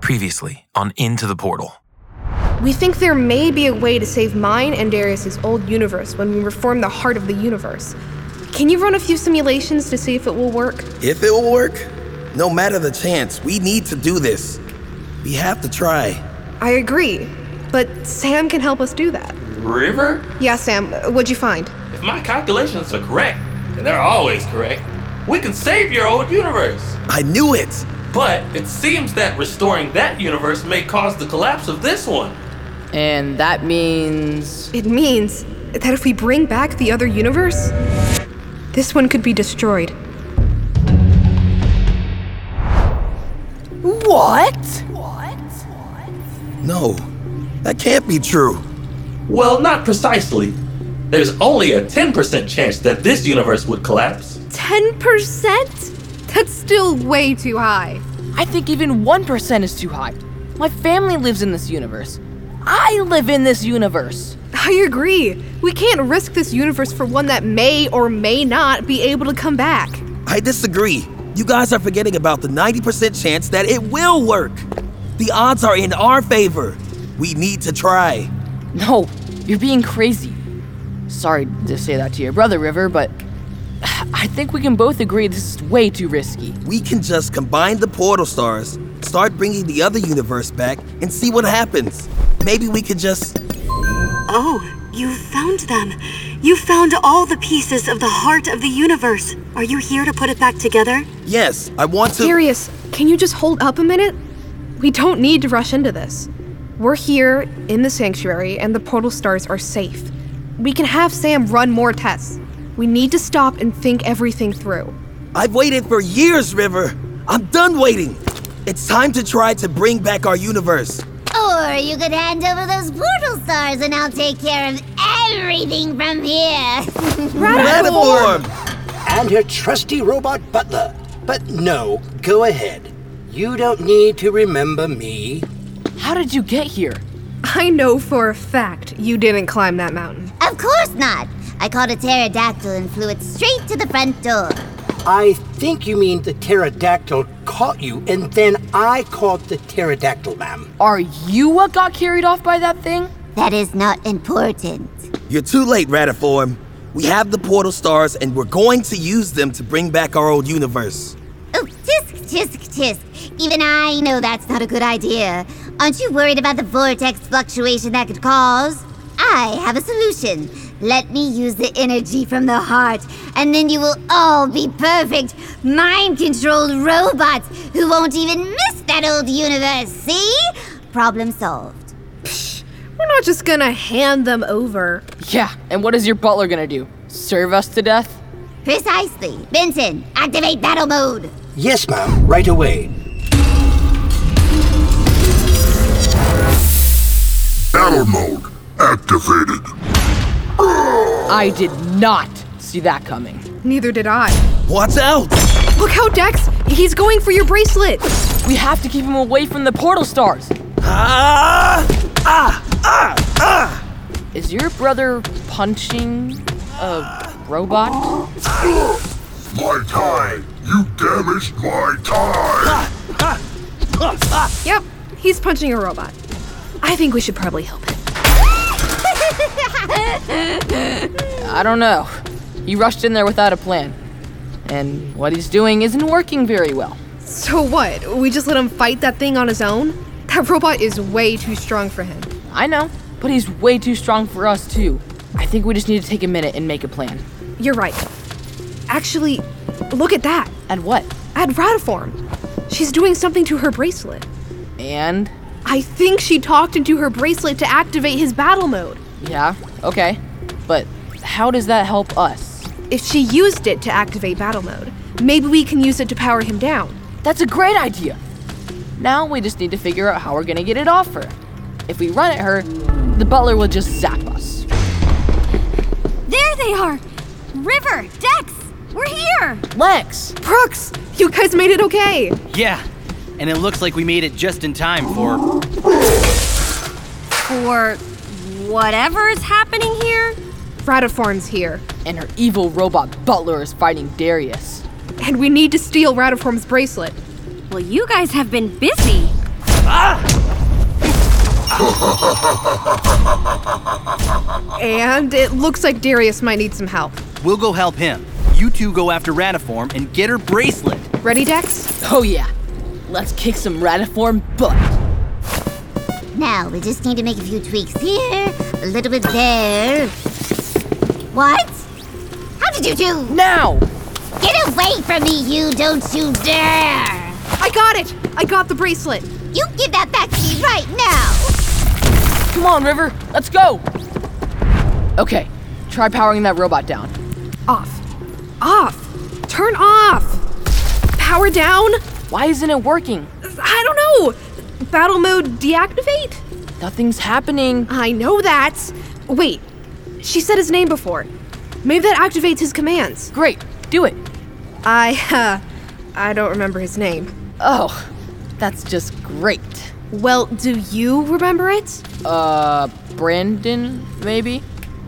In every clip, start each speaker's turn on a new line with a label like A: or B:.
A: previously on Into the Portal.
B: We think there may be a way to save mine and Darius's old universe when we reform the heart of the universe. Can you run a few simulations to see if it will work?
C: If it will work, no matter the chance, we need to do this. We have to try.
B: I agree, but Sam can help us do that.
D: River?
B: Yeah, Sam, what'd you find?
D: If my calculations are correct, and they're always correct, we can save your old universe.
C: I knew it!
D: But it seems that restoring that universe may cause the collapse of this one.
E: And that means.
B: It means that if we bring back the other universe, this one could be destroyed.
F: What?
C: No, that can't be true.
D: Well, not precisely. There's only a 10% chance that this universe would collapse.
B: 10%? That's still way too high.
E: I think even 1% is too high. My family lives in this universe. I live in this universe.
B: I agree. We can't risk this universe for one that may or may not be able to come back.
C: I disagree. You guys are forgetting about the 90% chance that it will work. The odds are in our favor. We need to try.
E: No, you're being crazy. Sorry to say that to your brother, River, but I think we can both agree this is way too risky.
C: We can just combine the portal stars, start bringing the other universe back, and see what happens. Maybe we could just.
F: Oh, you found them. You found all the pieces of the heart of the universe. Are you here to put it back together?
C: Yes, I want to.
B: Darius, can you just hold up a minute? We don't need to rush into this. We're here in the sanctuary, and the portal stars are safe. We can have Sam run more tests. We need to stop and think everything through.
C: I've waited for years, River. I'm done waiting. It's time to try to bring back our universe.
G: Or you could hand over those portal stars and I'll take care of everything from here.
C: Radiform!
H: and her trusty robot butler. But no, go ahead. You don't need to remember me.
E: How did you get here?
B: I know for a fact you didn't climb that mountain.
G: of course not. I called a pterodactyl and flew it straight to the front door.
H: I think you mean the pterodactyl caught you, and then I caught the pterodactyl, ma'am.
E: Are you what got carried off by that thing?
G: That is not important.
C: You're too late, Radiform. We have the portal stars, and we're going to use them to bring back our old universe.
G: Oh, tisk, tisk, tisk. Even I know that's not a good idea. Aren't you worried about the vortex fluctuation that could cause? I have a solution. Let me use the energy from the heart, and then you will all be perfect, mind controlled robots who won't even miss that old universe, see? Problem solved.
B: We're not just gonna hand them over.
E: Yeah, and what is your butler gonna do? Serve us to death?
G: Precisely. Benson, activate battle mode.
H: Yes, ma'am, right away.
I: Battle mode activated.
E: I did not see that coming.
B: Neither did I.
C: Watch out!
B: Look how Dex, he's going for your bracelet.
E: We have to keep him away from the portal stars.
C: Ah! Ah! Ah! Ah!
E: Is your brother punching a robot?
I: My tie! You damaged my tie!
B: Yep, he's punching a robot. I think we should probably help him.
E: I don't know. He rushed in there without a plan. And what he's doing isn't working very well.
B: So what? We just let him fight that thing on his own? That robot is way too strong for him.
E: I know, but he's way too strong for us, too. I think we just need to take a minute and make a plan.
B: You're right. Actually, look at that.
E: And what?
B: At Ratiform. She's doing something to her bracelet.
E: And?
B: I think she talked into her bracelet to activate his battle mode.
E: Yeah, okay. But how does that help us?
B: If she used it to activate battle mode, maybe we can use it to power him down.
E: That's a great idea! Now we just need to figure out how we're gonna get it off her. If we run at her, the butler will just zap us.
F: There they are! River, Dex, we're here!
E: Lex!
B: Brooks, you guys made it okay.
J: Yeah, and it looks like we made it just in time for.
F: For whatever is happening here?
B: Ratiform's here,
E: And her evil robot butler is fighting Darius.
B: and we need to steal Ratiform's bracelet.
F: Well, you guys have been busy.
B: And it looks like Darius might need some help.
J: We'll go help him. You two go after Ratiform and get her bracelet.
B: Ready, Dex?
E: Oh, yeah. Let's kick some ratiform butt.
G: Now, we just need to make a few tweaks here, a little bit there. What? How did you do?
E: Now!
G: Get away from me, you! Don't you dare!
B: I got it! I got the bracelet!
G: You give that back to me right now!
E: Come on, River, let's go! Okay, try powering that robot down.
B: Off. Off! Turn off! Power down?
E: Why isn't it working?
B: I don't know! Battle mode deactivate?
E: Nothing's happening.
B: I know that! Wait, she said his name before. Maybe that activates his commands.
E: Great, do it.
B: I, uh, I don't remember his name.
E: Oh, that's just great.
B: Well, do you remember it?
E: Uh, Brandon, maybe?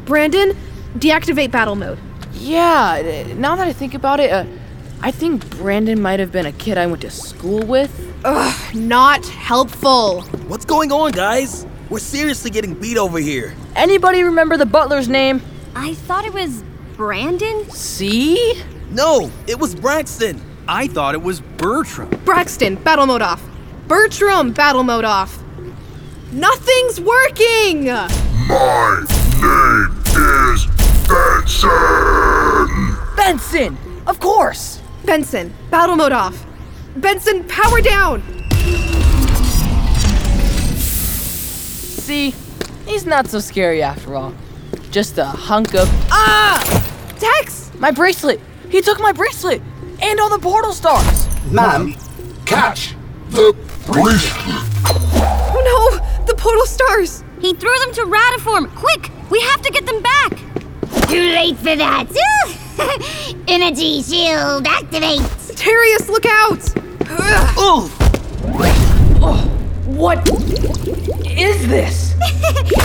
B: Brandon, deactivate battle mode.
E: Yeah, uh, now that I think about it, uh, I think Brandon might have been a kid I went to school with.
B: Ugh, not helpful.
C: What's going on, guys? We're seriously getting beat over here.
E: Anybody remember the butler's name?
K: I thought it was Brandon.
E: See?
C: No, it was Braxton.
J: I thought it was Bertram.
B: Braxton, battle mode off. Bertram, battle mode off. Nothing's working!
I: My name is Benson!
E: Benson! Of course!
B: Benson, battle mode off. Benson, power down!
E: See? He's not so scary after all. Just a hunk of.
B: Ah! Dex!
E: My bracelet! He took my bracelet! And all the portal stars!
H: Mom, catch!
I: The bracelet!
B: Oh no! The portal stars!
K: He threw them to Ratiform! Quick! We have to get them back!
G: Too late for that! Energy shield activate!
B: Darius, look out! Ugh.
J: Ooh!
E: What is this?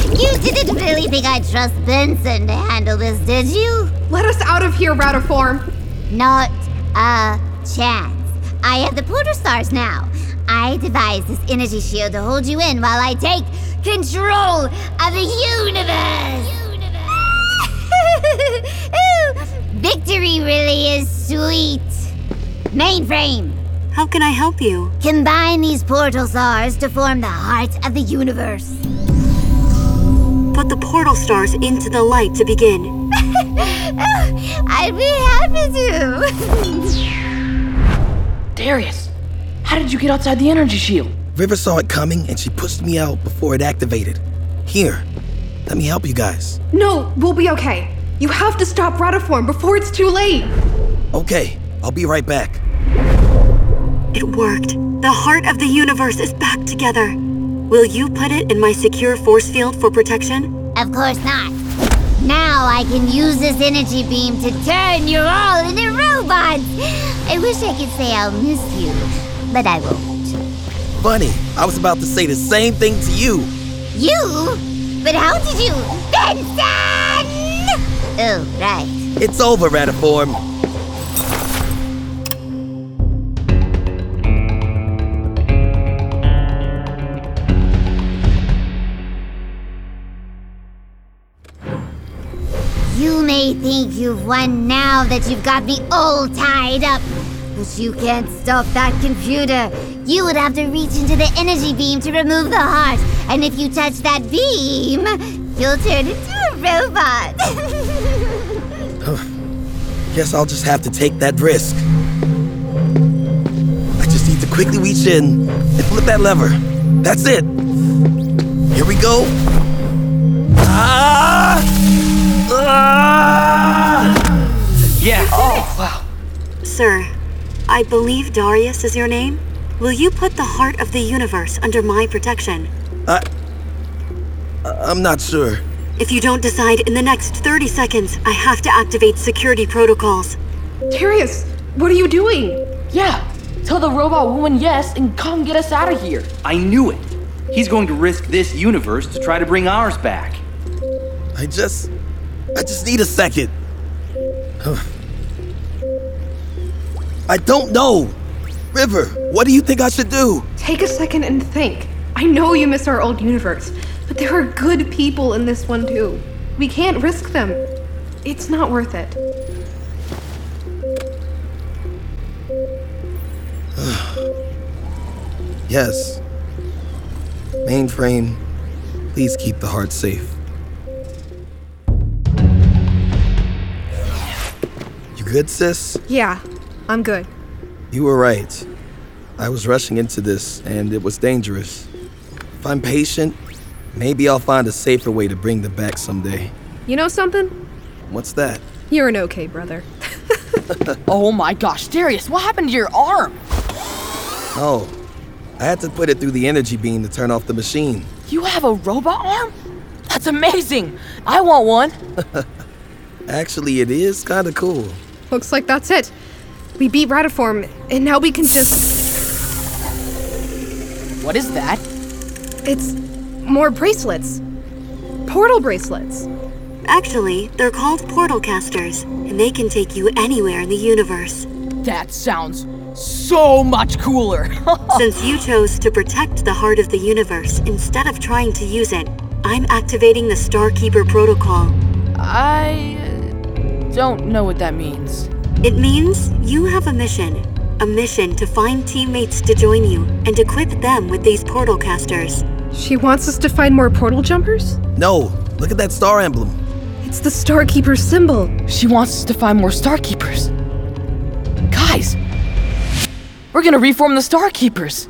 G: you didn't really think I'd trust Benson to handle this, did you?
B: Let us out of here, Ratiform!
G: Not a chance. I have the Porter Stars now. I devised this energy shield to hold you in while I take control of the universe. Ooh, victory really is sweet. Mainframe,
F: How can I help you?
G: combine these portal stars to form the heart of the universe.
F: Put the portal stars into the light to begin.
G: I'd be happy to.
E: Darius, how did you get outside the energy shield?
C: River saw it coming and she pushed me out before it activated. Here, let me help you guys.
B: No, we'll be okay. You have to stop Ratiform before it's too late!
C: Okay, I'll be right back.
F: It worked. The heart of the universe is back together. Will you put it in my secure force field for protection?
G: of course not. Now I can use this energy beam to turn you all into robots. I wish I could say I'll miss you, but I won't.
C: Funny, I was about to say the same thing to you.
G: You? But how did you? Benson! Oh, right.
C: It's over, Ratiform.
G: You may think you've won now that you've got me all tied up, but you can't stop that computer. You would have to reach into the energy beam to remove the heart, and if you touch that beam, you'll turn into a robot.
C: Guess I'll just have to take that risk. I just need to quickly reach in and flip that lever. That's it. Here we go. Ah! Ah!
J: Yeah.
F: Sir, I believe Darius is your name. Will you put the heart of the universe under my protection?
C: I'm not sure.
F: If you don't decide in the next 30 seconds, I have to activate security protocols.
B: Darius, what are you doing?
E: Yeah, tell the robot woman yes and come get us out of here.
J: I knew it. He's going to risk this universe to try to bring ours back.
C: I just. I just need a second. Huh. I don't know. River, what do you think I should do?
B: Take a second and think. I know you miss our old universe, but there are good people in this one too. We can't risk them. It's not worth it.
C: Yes. Mainframe, please keep the heart safe. You good, sis?
B: Yeah, I'm good.
C: You were right. I was rushing into this, and it was dangerous. If I'm patient, maybe I'll find a safer way to bring them back someday.
B: You know something?
C: What's that?
B: You're an okay brother.
E: oh my gosh, Darius, what happened to your arm?
C: Oh, I had to put it through the energy beam to turn off the machine.
E: You have a robot arm? That's amazing! I want one!
C: Actually, it is kinda cool.
B: Looks like that's it. We beat Ratiform, and now we can just.
E: What is that?
B: It's more bracelets. Portal bracelets.
F: Actually, they're called portal casters, and they can take you anywhere in the universe.
E: That sounds so much cooler.
F: Since you chose to protect the heart of the universe instead of trying to use it, I'm activating the Starkeeper protocol.
E: I uh, don't know what that means.
F: It means you have a mission. A mission to find teammates to join you and equip them with these portal casters.
B: She wants us to find more portal jumpers?
C: No, look at that star emblem.
B: It's the Starkeeper symbol.
E: She wants us to find more Starkeepers. Guys, we're gonna reform the Starkeepers.